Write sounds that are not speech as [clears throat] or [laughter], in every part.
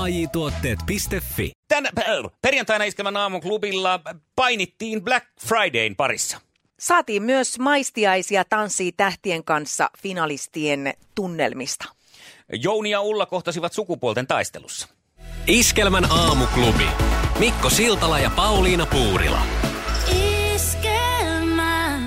AJ-tuotteet.fi. Tän äh, perjantaina iskelmän aamun klubilla painittiin Black Fridayn parissa. Saatiin myös maistiaisia tanssia tähtien kanssa finalistien tunnelmista. Jouni ja Ulla kohtasivat sukupuolten taistelussa. Iskelmän aamuklubi. Mikko Siltala ja Pauliina Puurila. Iskelmä.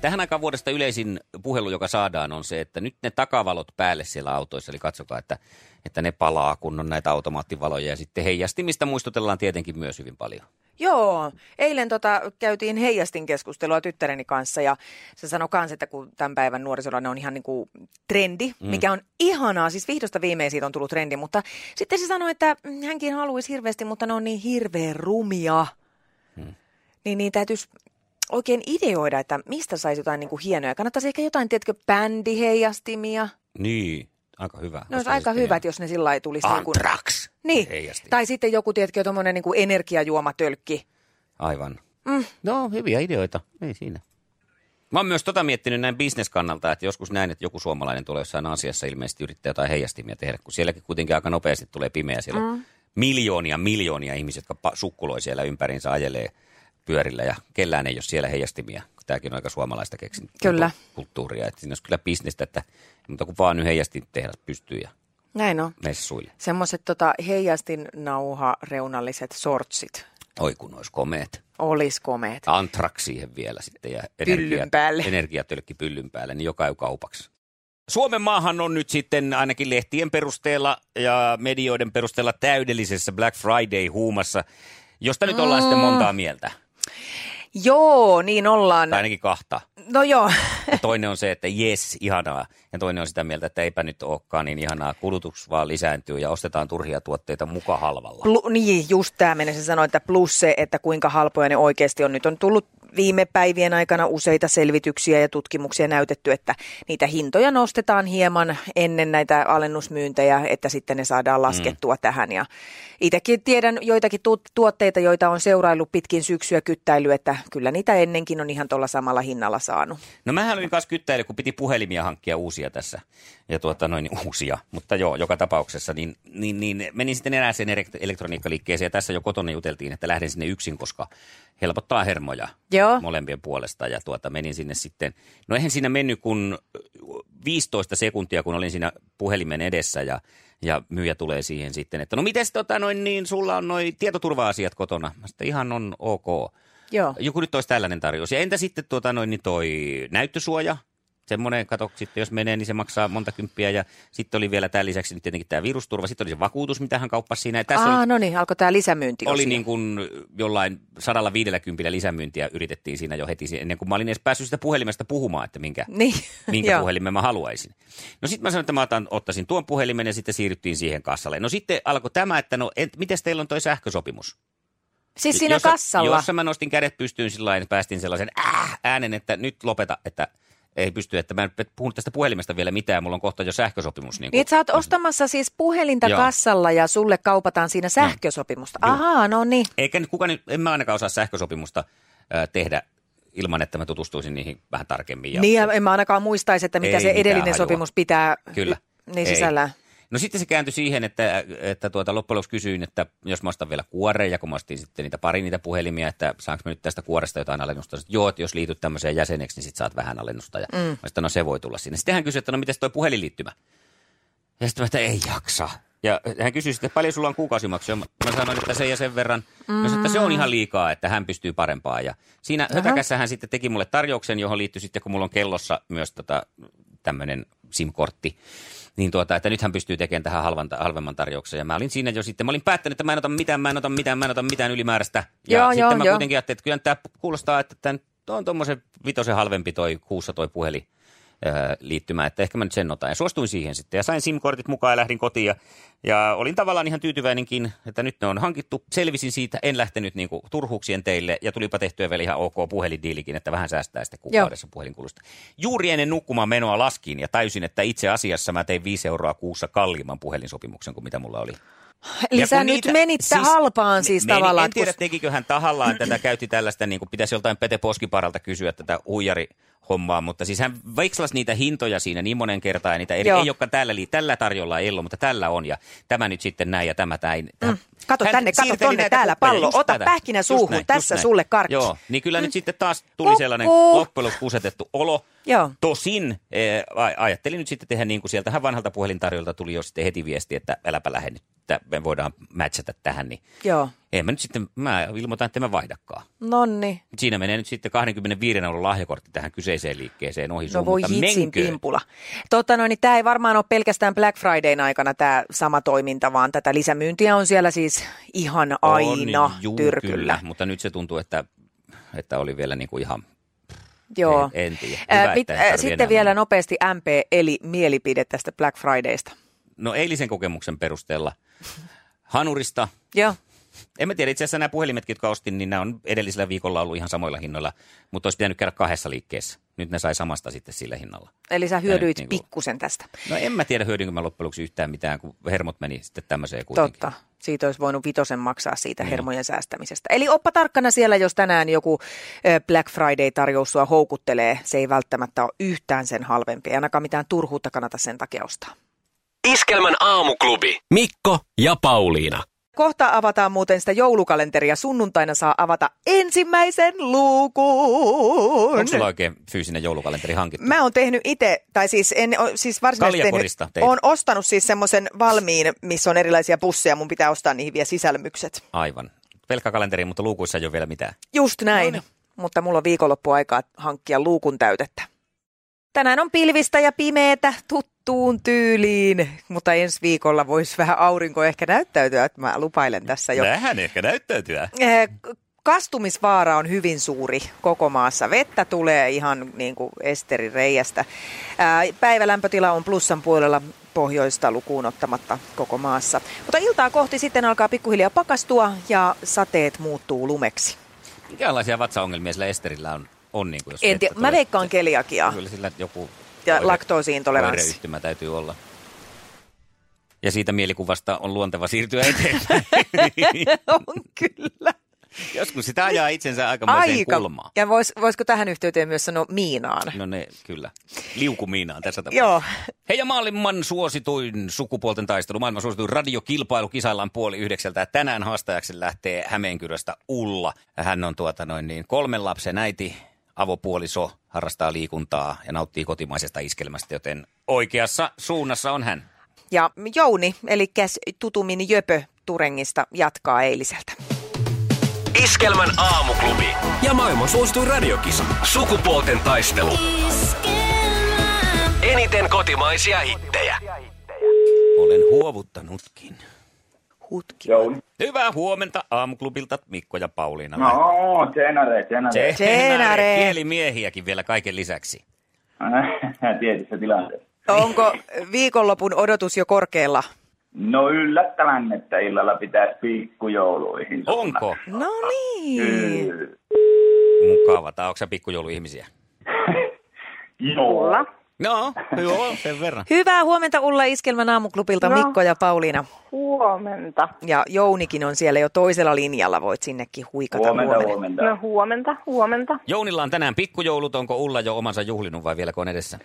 Tähän aikaan vuodesta yleisin puhelu, joka saadaan, on se, että nyt ne takavalot päälle siellä autoissa. Eli katsokaa, että, että ne palaa, kun on näitä automaattivaloja. Ja sitten heijastimista muistutellaan tietenkin myös hyvin paljon. Joo, eilen tota, käytiin heijastin keskustelua tyttäreni kanssa ja se sanoi kans, että kun tämän päivän nuorisolla on ihan niinku trendi, mm. mikä on ihanaa, siis vihdosta viimein siitä on tullut trendi, mutta sitten se sanoi, että mm, hänkin haluaisi hirveästi, mutta ne on niin hirveän rumia, niin, niin täytyisi oikein ideoida, että mistä saisi jotain niinku hienoja. Kannattaisi ehkä jotain, tiedätkö, bändiheijastimia. Niin, aika hyvä. Ne olisi No, aika hyvät, jos ne sillä lailla tulisi. niinku- Antrax. Niin, Heijastin. tai sitten joku, tiedätkö, tuommoinen niinku energiajuomatölkki. Aivan. Mm. No, hyviä ideoita. Ei siinä. Mä oon myös tota miettinyt näin bisneskannalta, että joskus näin, että joku suomalainen tulee jossain asiassa ilmeisesti yrittää jotain heijastimia tehdä, kun sielläkin kuitenkin aika nopeasti tulee pimeä. Siellä mm. on miljoonia, miljoonia ihmisiä, jotka pa- sukkuloi siellä ympäriinsä, ajelee pyörillä ja kellään ei ole siellä heijastimia. Tämäkin on aika suomalaista keksin Kyllä. kulttuuria. Että siinä olisi kyllä bisnestä, että mutta kun vaan nyt heijastin tehdä pystyy ja Näin on. messuille. Semmoiset tota, heijastin nauhareunalliset sortsit Oi kun olisi komeet. olisi komeet. Antrax siihen vielä sitten ja Pyllyn päälle. energiatölkki pyllyn päälle, niin joka käy kaupaksi. Suomen maahan on nyt sitten ainakin lehtien perusteella ja medioiden perusteella täydellisessä Black Friday-huumassa, josta nyt ollaan Mm. sitten montaa mieltä, Joo, niin ollaan. tai ainakin kahta. No joo, Ja toinen on se, että jes, ihanaa, ja toinen on sitä mieltä, että eipä nyt olekaan niin ihanaa, kulutus vaan lisääntyy ja ostetaan turhia tuotteita muka halvalla. Plu, niin just tämä mennessä sanoa, että plus se, että kuinka halpoja ne oikeasti on. Nyt on tullut viime päivien aikana useita selvityksiä ja tutkimuksia näytetty, että niitä hintoja nostetaan hieman ennen näitä alennusmyyntejä, että sitten ne saadaan laskettua mm. tähän. Ja itsekin tiedän joitakin tu- tuotteita, joita on seuraillut pitkin syksyä kyttäily, että kyllä niitä ennenkin on ihan tuolla samalla hinnalla saanut. No mähän olin kanssa kyttäily, kun piti puhelimia hankkia uusia tässä. Ja tuota noin niin uusia, mutta joo, joka tapauksessa. Niin, niin, niin menin sitten erääseen elekt- elektroniikkaliikkeeseen ja tässä jo kotona juteltiin, että lähden sinne yksin, koska helpottaa hermoja Joo. molempien puolesta. Ja tuota menin sinne sitten, no eihän siinä mennyt kun 15 sekuntia, kun olin siinä puhelimen edessä ja ja myyjä tulee siihen sitten, että no mites tota noin, niin sulla on noin tietoturva-asiat kotona. Mä sitten ihan on ok. Joo. Joku nyt olisi tällainen tarjous. Ja entä sitten tuota noin, niin toi näyttösuoja? Semmoinen, kato, sitten jos menee, niin se maksaa monta kymppiä. Ja sitten oli vielä tämän lisäksi nyt tietenkin tämä virusturva. Sitten oli se vakuutus, mitä hän kauppasi siinä. Ja tässä Ah, oli, no niin, alkoi tämä lisämyynti. oli niin kuin jollain 150 lisämyyntiä yritettiin siinä jo heti si- ennen kuin mä olin edes päässyt sitä puhelimesta puhumaan, että minkä, Niin, [laughs] minkä [laughs] joo. puhelimen mä haluaisin. No sitten mä sanoin, että mä otan, ottaisin tuon puhelimen ja sitten siirryttiin siihen kassalle. No sitten alkoi tämä, että no et, miten teillä on toi sähkösopimus? Siis siinä Niin jossa, kassalla. Jossa mä nostin kädet pystyyn sillä lailla, että päästin sellaisen äh, äänen, että nyt lopeta, että ei pysty, että mä en puhun tästä puhelimesta vielä mitään, mulla on kohta jo sähkösopimus. Niin Niin, kuin, että sä oot ostamassa siis puhelinta Joo. Mm. kassalla ja sulle kaupataan siinä sähkösopimusta. Ahaa, no niin. Eikä nyt kuka nyt, en mä ainakaan osaa sähkösopimusta äh, tehdä ilman, että mä tutustuisin niihin vähän tarkemmin. Niin, ja en mä ainakaan muistaisi, että mitä Ei se mitään edellinen hajua. sopimus pitää Kyllä. niin Ei. sisällään. No sitten se kääntyi siihen, että, että tuota, loppujen lopuksi kysyin, että jos mä ostan vielä kuoreja, kun mä ostin sitten niitä pari niitä puhelimia, että saanko mä nyt tästä kuoresta jotain alennusta. Sitten, joo, että jos liityt tämmöiseen jäseneksi, niin sit saat vähän alennusta. Ja mm. mä sitten, no se voi tulla sinne. Sitten hän kysyi, että no miten toi puhelinliittymä? Ja sitten mä, että ei jaksa. Ja hän kysyi sitten, että paljon sulla on kuukausimaksuja. Mä mä sanoin, että se ja sen verran. Mm. Mä sanoin, että se on ihan liikaa, että hän pystyy parempaan. Ja siinä hötäkässä hän sitten teki mulle tarjouksen, johon liittyi sitten, kun mulla on kellossa myös tota, tämmöinen SIM-kortti. Niin tuota, että nyt hän pystyy tekemään tähän halvan, halvemman tarjouksen. Ja mä olin siinä jo sitten, mä olin päättänyt, että mä en ota mitään, mä en ota mitään, mä en ota mitään ylimääräistä. Ja Joo, sitten joo, mä joo. kuitenkin ajattelin, että kyllä tämä kuulostaa, että tämän, on tuommoisen vitosen halvempi toi kuussa toi puhelin liittymään, että ehkä mä nyt sen otan. Ja suostuin siihen sitten ja sain SIM-kortit mukaan ja lähdin kotiin ja, ja olin tavallaan ihan tyytyväinenkin, että nyt ne on hankittu. Selvisin siitä, en lähtenyt niin kuin, turhuuksien teille ja tulipa tehtyä vielä ihan ok puhelindiilikin, että vähän säästää sitten kuukaudessa puhelinkulusta. Juuri ennen nukkumaan menoa laskin ja täysin, että itse asiassa mä tein 5 euroa kuussa kalliimman puhelinsopimuksen kuin mitä mulla oli. Eli sä nyt niitä, menit siis, halpaan siis meni, tavallaan. En tiedä, kun... tekikö hän tahallaan tätä, käytti tällaista, niin kuin pitäisi joltain Pete Poskiparalta kysyä tätä huijari hommaa, mutta siis hän veikslasi niitä hintoja siinä niin monen kertaa ja niitä eri, Joo. ei olekaan tällä, li- tällä tarjolla ei ollut, mutta tällä on ja tämä nyt sitten näin ja tämä näin. Mm. Kato tänne, kato siirteli tonne, näitä täällä kuppeja, pallo. just Ota tätä. pähkinä Just suuhun, näin, just tässä näin. sulle karkki. Mm. Joo, niin kyllä nyt sitten taas tuli Kukkuu. sellainen loppujen lopuksi kusetettu olo. Joo. Tosin eh, aj- ajattelin nyt sitten tehdä niin kuin sieltähän vanhalta puhelintarjolta tuli jo sitten heti viesti, että äläpä lähde nyt, että me voidaan matchata tähän, niin Joo. No en mä nyt sitten, mä ilmoitan, että en mä vaihdakaan. Nonni. Siinä menee nyt sitten 25 euron lahjakortti tähän kyseiseen liikkeeseen ohi suun, No voi mutta hitsin menköön. pimpula. Totta no, niin tämä ei varmaan ole pelkästään Black Fridayn aikana tämä sama toiminta, vaan tätä lisämyyntiä on siellä siis ihan aina on, juu, tyrkyllä. Kyllä, mutta nyt se tuntuu, että, että oli vielä niin kuin ihan, Joo. en, en tiedä. Ää, Hyvä, mit- että ei ää, tarvi sitten enää vielä no- mennä. nopeasti MP, eli mielipide tästä Black Fridaysta. No eilisen kokemuksen perusteella hanurista, Joo. en mä tiedä, itse asiassa nämä puhelimetkin, jotka ostin, niin nämä on edellisellä viikolla ollut ihan samoilla hinnoilla, mutta olisi pitänyt käydä kahdessa liikkeessä. Nyt ne sai samasta sitten sillä hinnalla. Eli sä hyödyit niinku- pikkusen tästä. No en mä tiedä, hyödynkö mä loppujen lopuksi yhtään mitään, kun hermot meni sitten tämmöiseen kuitenkin. Niin. Totta. Siitä olisi voinut vitosen maksaa siitä hermojen säästämisestä. Eli oppa tarkkana siellä, jos tänään joku ö, Black Friday-tarjous sua houkuttelee. Se ei välttämättä ole yhtään sen halvempi. Ei ainakaan mitään turhuutta kannata sen takia ostaa. Iskelmän aamuklubi. Mikko ja Pauliina. Kohta avataan muuten sitä joulukalenteria. Sunnuntaina saa avata ensimmäisen luukun. Onko sulla oikein fyysinen joulukalenteri hankittu? Mä oon tehnyt itse, tai siis en oo- siis varsinaisesti Kaljakorista teit. Oon ostanut siis semmoisen valmiin, missä on erilaisia pusseja. Mun pitää ostaa niihin vielä sisälmykset. Aivan. Pelkkä kalenteri, mutta luukuissa ei ole vielä mitään. Just näin. Mutta mulla on viikonloppuaikaa hankkia luukun täytettä. Tänään on pilvistä ja pimeetä tuttuun tyyliin, mutta ensi viikolla voisi vähän aurinko ehkä näyttäytyä, että mä lupailen tässä jo. Vähän ehkä näyttäytyä. Eh, Kastumisvaara on hyvin suuri koko maassa. Vettä tulee ihan niin kuin Esterin reiästä. Ää, Päivälämpötila on plussan puolella pohjoista lukuun ottamatta koko maassa. Mutta iltaa kohti sitten alkaa pikkuhiljaa pakastua ja sateet muuttuu lumeksi. Minkälaisia vatsaongelmia sillä Esterillä on? on niin kuin jos En tiedä, vettä mä tulee? veikkaan keliakiaa. Kyllä sillä joku Ja oire- laktoosiintoleranssi. oireyhtymä täytyy olla. Ja siitä mielikuvasta on luonteva siirtyä eteenpäin. [laughs] on kyllä. Joskus sitä ajaa itsensä aikamoiseen kulmaan. Ja vois, voisiko tähän yhteyteen myös sanoa Miinaan? No ne, kyllä. Liukumiinaan tässä tapauksessa. Joo. Hei ja maailman suosituin sukupuolten taistelu, maailman suosituin radiokilpailu kisaillaan puoli yhdeksältä. Tänään haastajaksi lähtee Hämeenkyröstä Ulla. Hän on tuota noin niin kolmen lapsen äiti, avopuoliso, harrastaa liikuntaa ja nauttii kotimaisesta iskelmästä, joten oikeassa suunnassa on hän. Ja Jouni, eli tutummin Jöpö Turengista, jatkaa eiliseltä. Iskelmän aamuklubi. Ja maailman suosituin radiokisa. Sukupuolten taistelu. Eniten kotimaisia hittejä. Olen huovuttanutkin. Hutki. Jouni. Hyvää huomenta aamuklubilta Mikko ja Pauliina. No, tsenare, tsenare. Tsenare. Kielimiehiäkin vielä kaiken lisäksi. Tietyssä tilanteessa. No, Onko viikonlopun odotus jo korkealla? No yllättävän, että illalla pitää pikkujouluihin. Onko No niin. Kyllä. mukava? Tai onko sä pikkujouluihmisiä? Joo. No, joo, sen verran. Hyvää huomenta Ulla Iskelmän aamuklubilta No. Mikko ja Pauliina. Huomenta. Ja Jounikin on siellä jo toisella linjalla, voit sinnekin huikata Huomenta, huomenna. huomenta. No huomenta, huomenta. Jounilla on tänään pikkujoulut, onko Ulla jo omansa juhlinut vai vieläkö on edessä?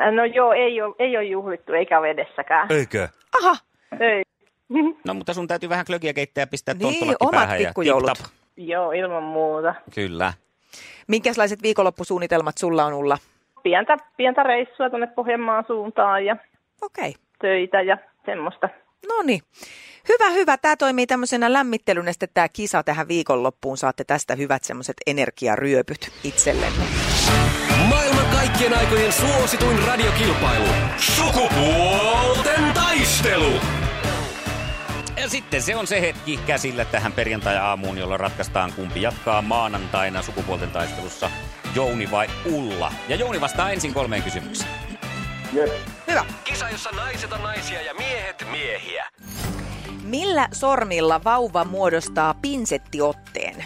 Äh, No joo, ei ole, ei ole juhlittu eikä ole edessäkään. Eikö? Aha, Ei. No mutta sun täytyy vähän klökiä keittää ja pistää Niin, tonttulakki omat päähän ja pikkujoulut. tip-tap. joo, ilman muuta. Kyllä. minkälaiset viikonloppusuunnitelmat sulla on Ulla? Pientä, pientä reissua tuonne Pohjanmaan suuntaan ja Okei. Okay. töitä ja semmoista. No niin. Hyvä, hyvä. Tämä toimii tämmöisenä lämmittelynä sitten tämä kisa tähän viikonloppuun. Saatte tästä hyvät semmoiset energiaryöpyt itsellenne. Maailman kaikkien aikojen suosituin radiokilpailu. Sukupuolten taistelu. Ja sitten se on se hetki käsillä tähän perjantai-aamuun, jolloin ratkaistaan kumpi jatkaa maanantaina sukupuolten taistelussa, Jouni vai Ulla. Ja Jouni vastaa ensin kolmeen kysymykseen. Jep. Hyvä. Kisa, jossa naiset on naisia ja miehet miehiä. Millä sormilla vauva muodostaa pinsettiotteen?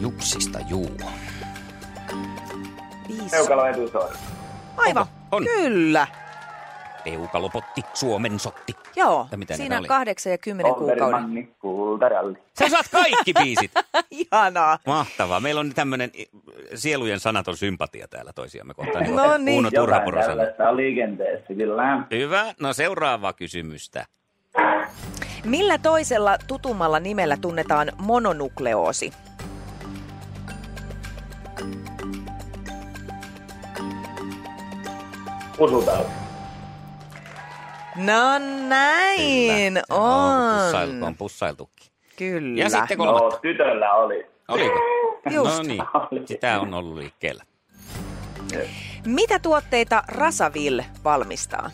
Juksista juu. Viisi. Peukalo etusormi. Aivan. On. Kyllä. Peukalopotti, Suomen sotti. Joo. Tai mitä niitä Siinä oli? kahdeksan ja kymmenen kuukauden. Olverimanni, kultaralli. Sä saat kaikki biisit. [laughs] Ihanaa. Mahtavaa. Meillä on tämmöinen sielujen sanaton sympatia täällä toisiamme kohtaan. kuin No niin. Uuno Jotain Turhapuro sanoi. tällaista on liikenteessä, kyllä. Hyvä. No seuraavaa kysymystä. Millä toisella tutummalla nimellä tunnetaan mononukleoosi? Usutaan. No näin Kyllä. On pussailtu, on Niin on. pussailtukin. Kyllä. Ja sitten kolmatta. No, tytöllä oli. Oliko? Just. No niin, sitä on ollut liikkeellä. Mitä tuotteita Rasavil valmistaa?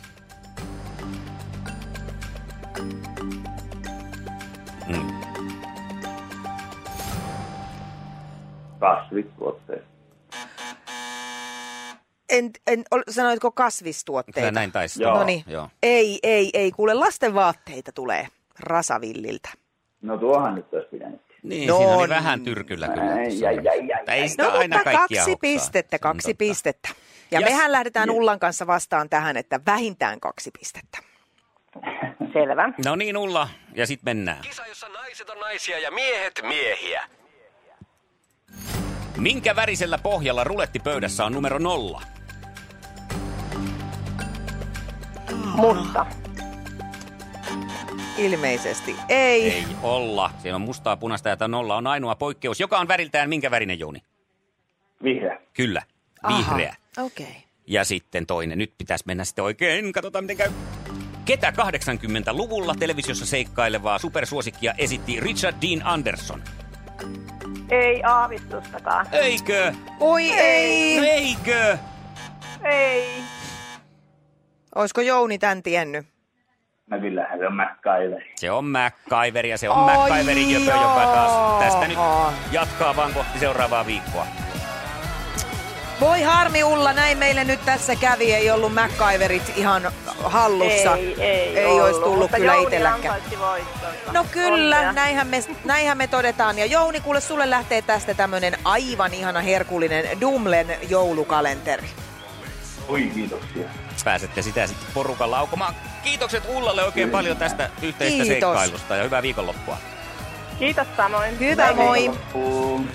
Kasvituotteet. En, en, ol- sanoitko Kyllä kasvistuotteita? näin taisi. Joo. No niin. Joo. Ei, ei, ei. Kuule, lasten vaatteita tulee Rasavilliltä. No tuohan nyt olisi pitänyt. Niin, No siinä oli on. vähän tyrkyllä kyllä. Ai, tuossa. ai, ai, ai, Tai ei ai. sitä No aina mutta kaikkia kaksi hoksaa. pistettä, Se on kaksi totta. pistettä. Ja Jes. mehän lähdetään Ullan kanssa vastaan tähän, että vähintään kaksi pistettä. Selvä. No niin, Ulla. Ja sitten mennään. Kisa, jossa naiset on naisia ja miehet miehiä. Minkä värisellä pohjalla rulettipöydässä on numero nolla? Musta. Ilmeisesti ei. Ei olla. Siellä on mustaa, punaista ja tämä nolla on ainoa poikkeus. Joka on väriltään minkä värinen, Jouni? Vihreä. Kyllä, Aha, vihreä. Okei. Okay. Ja sitten toinen. Nyt pitäisi mennä sitten oikein. Katsotaan, miten käy. Ketä 80-luvulla televisiossa seikkailevaa supersuosikkia esitti Richard Dean Anderson? Ei aavistustakaan. Eikö? Oi No ei! eikö? Ei. Olisiko Jouni tämän tiennyt? No kyllähän se on MacGyver. Se on MacGyver ja se on Ai MacGyverin jöpö, joka taas tästä nyt joo. jatkaa vaan kohti seuraavaa viikkoa. Voi harmi Ulla, näin meille nyt tässä kävi. Ei ollut MacGyverit ihan hallussa. Ei, ei, ei ollut. olisi tullut Mutta kyllä Jouni itselläkään. ansaitsi voittonsa. No kyllä, Onnea. näinhän me, näinhän me todetaan. Ja Jouni, kuule, sulle lähtee tästä tämmönen aivan ihana herkullinen Dumlen joulukalenteri. Oi kiitoksia. Pääsette sitä sitten porukalla aukomaan. Kiitokset Ullalle oikein paljon tästä yhteistä Kiitos. seikkailusta ja hyvää viikonloppua. Kiitos samoin. Hyvä, moi! Viikonloppuun.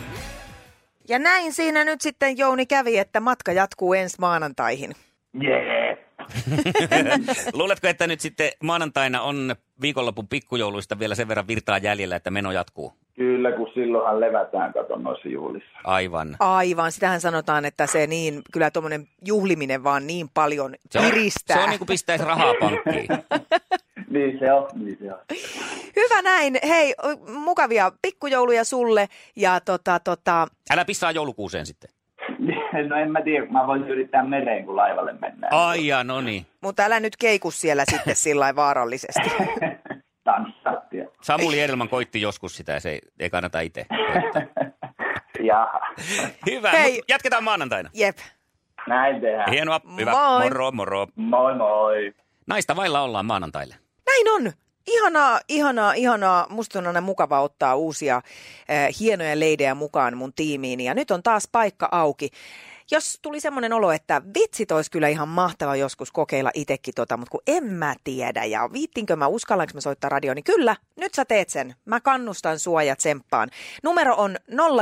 Ja näin siinä nyt sitten Jouni kävi, että matka jatkuu ensi maanantaihin. Jee. [laughs] Luuletko, että nyt sitten maanantaina on viikonlopun pikkujouluista vielä sen verran virtaa jäljellä, että meno jatkuu? Kyllä, kun silloinhan levätään katon noissa juhlissa. Aivan. Aivan, sitähän sanotaan, että se niin, kyllä tuommoinen juhliminen vaan niin paljon Se on, kiristää. se on niin kuin pistäisi rahaa pankkiin. Niin se on, niin se on. Hyvä näin, hei, o- mukavia pikkujouluja sulle ja tota, tota, Älä pissaa joulukuuseen sitten. [laughs] No en mä tiedä, mä voin yrittää mereen, kun laivalle mennään. Ai ja no niin. mutta älä nyt keiku siellä sitten sillä lailla vaarallisesti. [laughs] Tanssat ja... Samuli Edelman koitti joskus sitä ja se ei, ei kannata itse. Jaha. Hyvä, Hei. mut jatketaan maanantaina. Jep. Näin tehdään. Hienoa, hyvä. Moi. Moro, moro. Moi moi. Naista vailla ollaan maanantaille. Näin on. Ihanaa, ihanaa, ihanaa. Musta on aina mukava ottaa uusia eh, hienoja leidejä mukaan mun tiimiin. Ja nyt on taas paikka auki. Jos tuli semmoinen olo, että vitsit olisi kyllä ihan mahtava joskus kokeilla itsekin tota, mutta kun en mä tiedä ja viittinkö mä, uskallanko mä soittaa radioon, niin kyllä, nyt sä teet sen. Mä kannustan sua ja tsemppaan. Numero on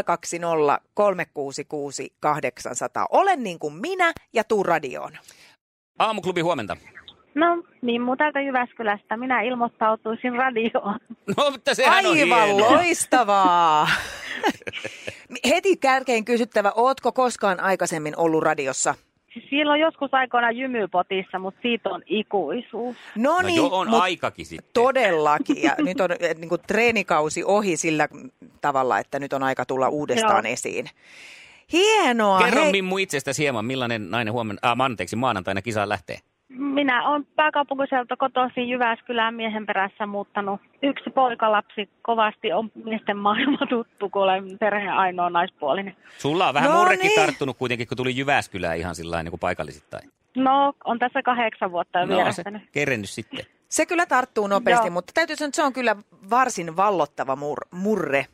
020 366 800. Ole niin kuin minä ja tuu radioon. Aamuklubi huomenta. No, Mimmu täältä Jyväskylästä. Minä ilmoittautuisin radioon. [laughs] No, mutta sehän on Aivan no hienoa. [laughs] loistavaa. Heti kärkeen kysyttävä, ootko koskaan aikaisemmin ollut radiossa? Siis Silloin joskus aikoina jymypotissa, mutta siitä on ikuisuus. No No joo, on mut aikakin sitten. todellakin. Ja nyt on eh, niin kuin, treenikausi ohi sillä tavalla, että nyt on aika tulla uudestaan Joo. esiin. Hienoa. Kerro hei. Mimmu itsestäsi hieman, millainen nainen huomenna, äh, anteeksi, maanantaina kisaan lähtee. minä olen pääkaupunkiseutu kotoisin Jyväskylään miehen perässä muuttanut. Yksi poikalapsi kovasti on miesten maailma tuttu, kun olen perheen ainoa naispuolinen. Sulla on vähän No murrekin niin. tarttunut kuitenkin, kun tuli Jyväskylään ihan sillä lailla niin kuin paikallisittain. No, on tässä kahdeksan vuotta jo No, se vierähtänyt. kerennyt sitten. Se kyllä tarttuu nopeasti, Joo. mutta täytyy sanoa, että se on kyllä varsin vallottava mur- murre.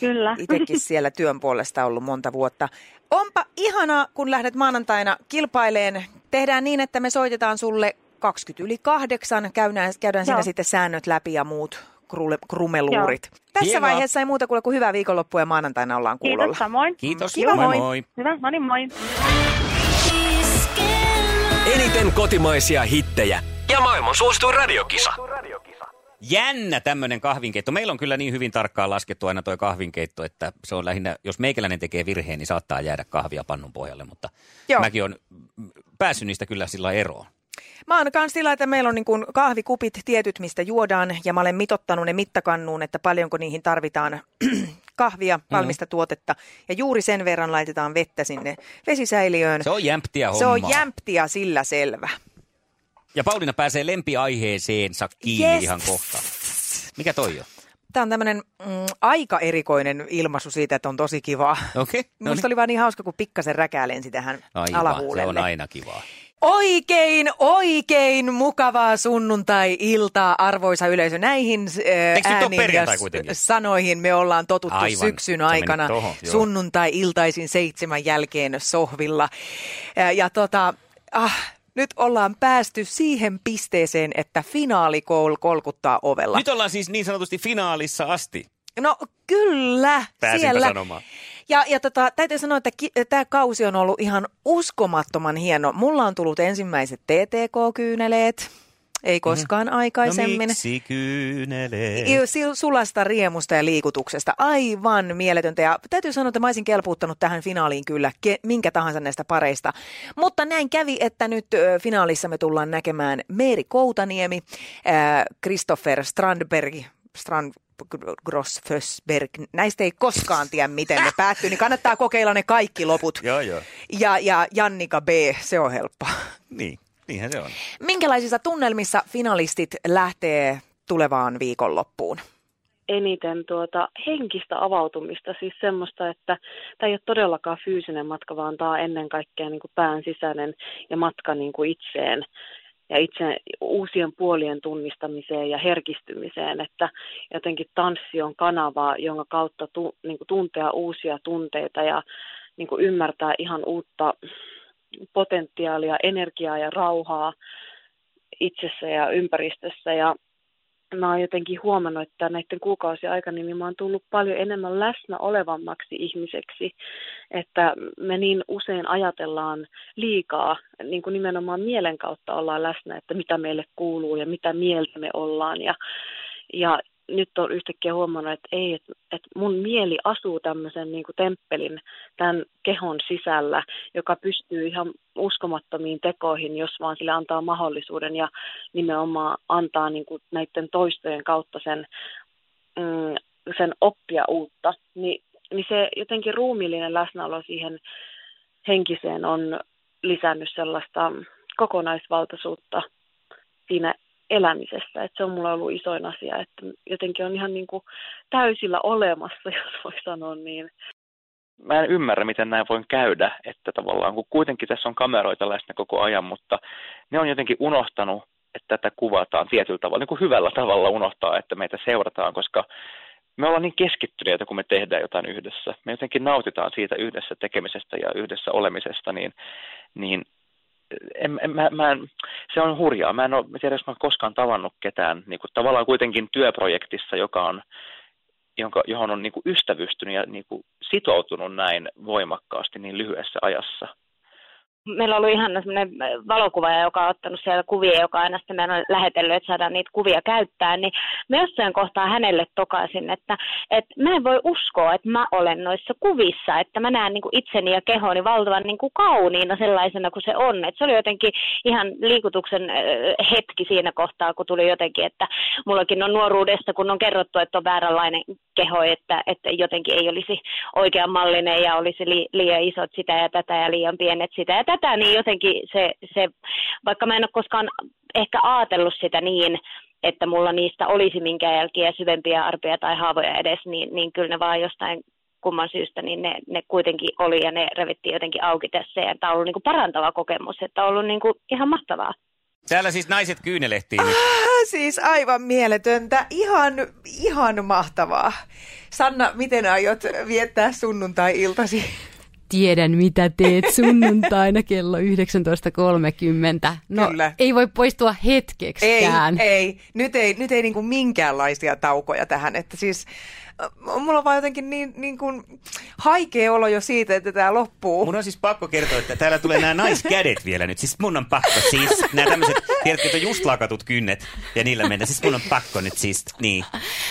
Kyllä. [laughs] Itsekin siellä työn puolesta ollut monta vuotta. Onpa ihanaa, kun lähdet maanantaina kilpaileen. Tehdään niin, että me soitetaan sulle 20 yli kahdeksan. Käydään, käydään siinä Joo. sitten säännöt läpi ja muut krule- krumeluurit. Tässä Hienoa. vaiheessa ei muuta kuin, kuin hyvää viikonloppua ja maanantaina ollaan kuulolla. Kiitos samoin. Kiitos. Kiva, moi. moi. moi. Hyvä, no niin moi. Eniten kotimaisia hittejä Ja maailman suosituin radiokisa. Jännä tämmöinen kahvinkeitto. Meillä on kyllä niin hyvin tarkkaan laskettu aina toi kahvinkeitto, että se on lähinnä, jos meikäläinen tekee virheen, niin saattaa jäädä kahvia pannun pohjalle, mutta Joo. Joo. mäkin on mm, päässyt niistä kyllä sillä eroon. Mä oon kans sillä, että meillä on niin kuin kahvikupit tietyt, mistä juodaan, ja mä olen mitottanut ne mittakannuun, että paljonko niihin tarvitaan [clears throat] Mm. kahvia, valmista tuotetta, ja juuri sen verran laitetaan vettä sinne vesisäiliöön. Se on jämptiä Se hommaa. on jämptiä sillä selvä. Ja Pauliina pääsee lempiaiheeseensa kiinni Yes. ihan kohta. Mikä toi on? Tämä on tämmöinen mm, aika erikoinen ilmaisu siitä, että on tosi kivaa. Okei. Okay. Musta oli vaan niin hauska, kun pikkasen räkäilensi tähän se on alahuulelle. aina kivaa. Oikein, oikein mukavaa sunnuntai-iltaa, arvoisa yleisö. Näihin nyt äh, ole ääniin ja perjantai s- kuitenkin? sanoihin me ollaan totuttu Aivan, syksyn sä menit aikana tohon, joo. sunnuntai-iltaisin seitsemän jälkeen sohvilla. Äh, Ja tota, ah, nyt ollaan päästy siihen pisteeseen, että finaali kol- kolkuttaa ovella. Nyt ollaan siis niin sanotusti finaalissa asti. No kyllä, Pääsinpä siellä. sanomaan. Ja, ja tota, täytyy sanoa, että ki- tämä kausi on ollut ihan uskomattoman hieno. Mulla on tullut ensimmäiset TTK-kyyneleet, ei koskaan mm-hmm. Mhm. No aikaisemmin. miksi kyynelee? I- sil- Sulasta riemusta ja liikutuksesta. Aivan mieletöntä. Ja täytyy sanoa, että mä olisin kelpuuttanut tähän finaaliin kyllä ke- minkä tahansa näistä pareista. Mutta näin kävi, että nyt ö, finaalissa me tullaan näkemään Meeri Koutaniemi, äh, Christopher Strandberg, Strand... Grossfösberg. Näistä ei koskaan tiedä, miten ne päättyy, niin kannattaa kokeilla ne kaikki loput. Joo, joo. Ja, ja Jannika B, se on helppoa. Niin, niinhän se on. Minkälaisissa tunnelmissa finalistit lähtee tulevaan viikonloppuun? eniten tuota henkistä avautumista, siis semmoista, että tämä ei ole todellakaan fyysinen matka, vaan tämä on ennen kaikkea niin kuin pään sisäinen ja matka niin kuin itseen ja itse uusien puolien tunnistamiseen ja herkistymiseen, että jotenkin tanssi on kanava, jonka kautta tu, niin kuin tuntea uusia tunteita ja niin kuin ymmärtää ihan uutta potentiaalia, energiaa ja rauhaa itsessä ja ympäristössä ja mä oon jotenkin huomannut, että näiden kuukausien aikana niin mä oon tullut paljon enemmän läsnä olevammaksi ihmiseksi, että me niin usein ajatellaan liikaa, niin kuin nimenomaan mielen kautta ollaan läsnä, että mitä meille kuuluu ja mitä mieltä me ollaan ja, ja nyt on yhtäkkiä huomannut, että ei, että, että mun mieli asuu tämmöisen niin kuin temppelin tämän kehon sisällä, joka pystyy ihan uskomattomiin tekoihin, jos vaan sille antaa mahdollisuuden ja nimenomaan antaa niin kuin näiden toistojen kautta sen, mm, sen oppia uutta, niin, niin se jotenkin ruumiillinen läsnäolo siihen henkiseen on lisännyt sellaista kokonaisvaltaisuutta siinä elämisessä. Et se on mulla ollut isoin asia, että jotenkin on ihan niin kuin täysillä olemassa, [laughs] jos voi sanoa niin. mä en ymmärrä, miten näin voin käydä, että tavallaan, kun kuitenkin tässä on kameroita läsnä koko ajan, mutta ne on jotenkin unohtanut, että tätä kuvataan tietyllä tavalla, niin kuin hyvällä tavalla unohtaa, että meitä seurataan, koska me ollaan niin keskittyneitä, kun me tehdään jotain yhdessä. Me jotenkin nautitaan siitä yhdessä tekemisestä ja yhdessä olemisesta, niin, niin en, en, mä, mä en, se on hurjaa. Mä en, ole, mä tiedä, jos mä oon koskaan tavannut ketään, niin kuin tavallaan kuitenkin työprojektissa, joka on jonka, johon on niin kuin ystävystynyt ja niin kuin sitoutunut näin voimakkaasti niin lyhyessä ajassa. meillä oli ihan semmoinen valokuvaaja, joka on ottanut siellä kuvia, joka aina sitten meidän on lähetellyt, että saadaan niitä kuvia käyttää, niin mä jossain kohtaa hänelle tokaisin, että, että mä en voi uskoa, että mä olen noissa kuvissa, että mä näen niin kuin itseni ja kehoni valtavan niin kuin kauniina sellaisena kuin se on. Että se oli jotenkin ihan liikutuksen ö, hetki siinä kohtaa, kun tuli jotenkin, että mullakin on nuoruudesta, kun on kerrottu, että on vääränlainen keho, että, että jotenkin ei olisi oikean mallinen ja olisi li, liian isot sitä ja tätä ja liian pienet sitä ja tätä tätä, niin jotenkin se, se, vaikka mä en ole koskaan ehkä ajatellut sitä niin, että mulla niistä olisi minkään jälkiä syvempiä arpia tai haavoja edes, niin, niin kyllä ne vaan jostain kumman syystä, niin ne, ne kuitenkin oli ja ne revittiin jotenkin auki tässä. Ja tämä on ollut niin kuin parantava kokemus, että on ollut niin kuin ihan mahtavaa. Täällä siis naiset kyynelehtii nyt. Siis aivan mieletöntä. Ihan, ihan mahtavaa. Sanna, miten aiot viettää sunnuntai-iltasi? Tiedän, mitä teet sunnuntaina kello 19.30. No, Kyllä. ei voi poistua hetkeksikään. Ei, ei. Nyt ei, nyt ei niinku minkäänlaisia taukoja tähän. Että siis, äh, mulla on vaan jotenkin niin, niin kuin haikea olo jo siitä, että tämä loppuu. Mun on siis pakko kertoa, että täällä tulee nämä naiskädet vielä nyt. Siis mun on pakko siis. Nämä tämmöiset, tiedätkö, että just lakatut kynnet ja niillä mennä. Siis mun on pakko nyt siis, niin.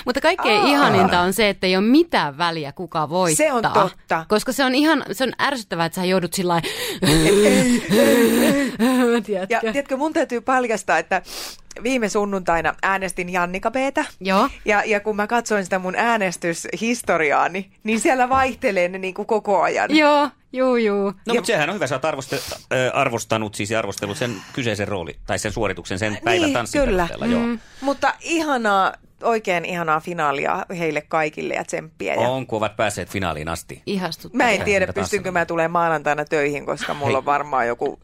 Mutta kaikkein Aa. ihaninta on se, että ei ole mitään väliä, kuka voittaa. Se on totta. Koska se on ihan, se on ärsyttävää, että sä joudut sillä lailla- Tiedätkö? Ja tiedätkö, mun täytyy paljastaa, että viime sunnuntaina äänestin Jannika Btä. Joo. Ja, ja kun mä katsoin sitä mun äänestyshistoriaani, niin siellä vaihtelee ne niin kuin koko ajan. Joo, juu, juu. No, mutta sehän on hyvä. Sä oot arvoste- ö, arvostanut, siis ja arvostellut sen kyseisen rooli tai sen suorituksen sen päivän niin, tanssin kyllä. perusteella. Joo. Mm. Mutta ihanaa, oikein ihanaa finaalia heille kaikille ja tsemppiä. Ja On, kun ovat päässeet finaaliin asti. Ihastuttavaa. Mä en Mitä tiedä, taas pystynkö mä tulemaan maanantaina töihin, koska mulla Hei. on varmaan joku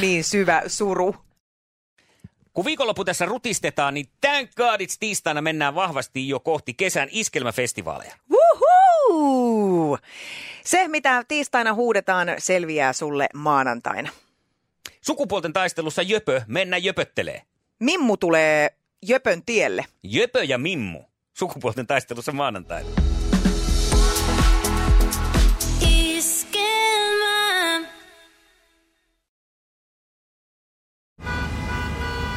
niin syvä suru. Kun viikonloppu tässä rutistetaan, niin thank God it's tiistaina mennään vahvasti jo kohti kesän iskelmäfestivaaleja. Wuhuu! Se, mitä tiistaina huudetaan, selviää sulle maanantaina. Sukupuolten taistelussa jöpö, mennä jöpöttelee. Mimmu tulee jöpön tielle. Jöpö ja Mimmu. Sukupuolten taistelussa maanantaina.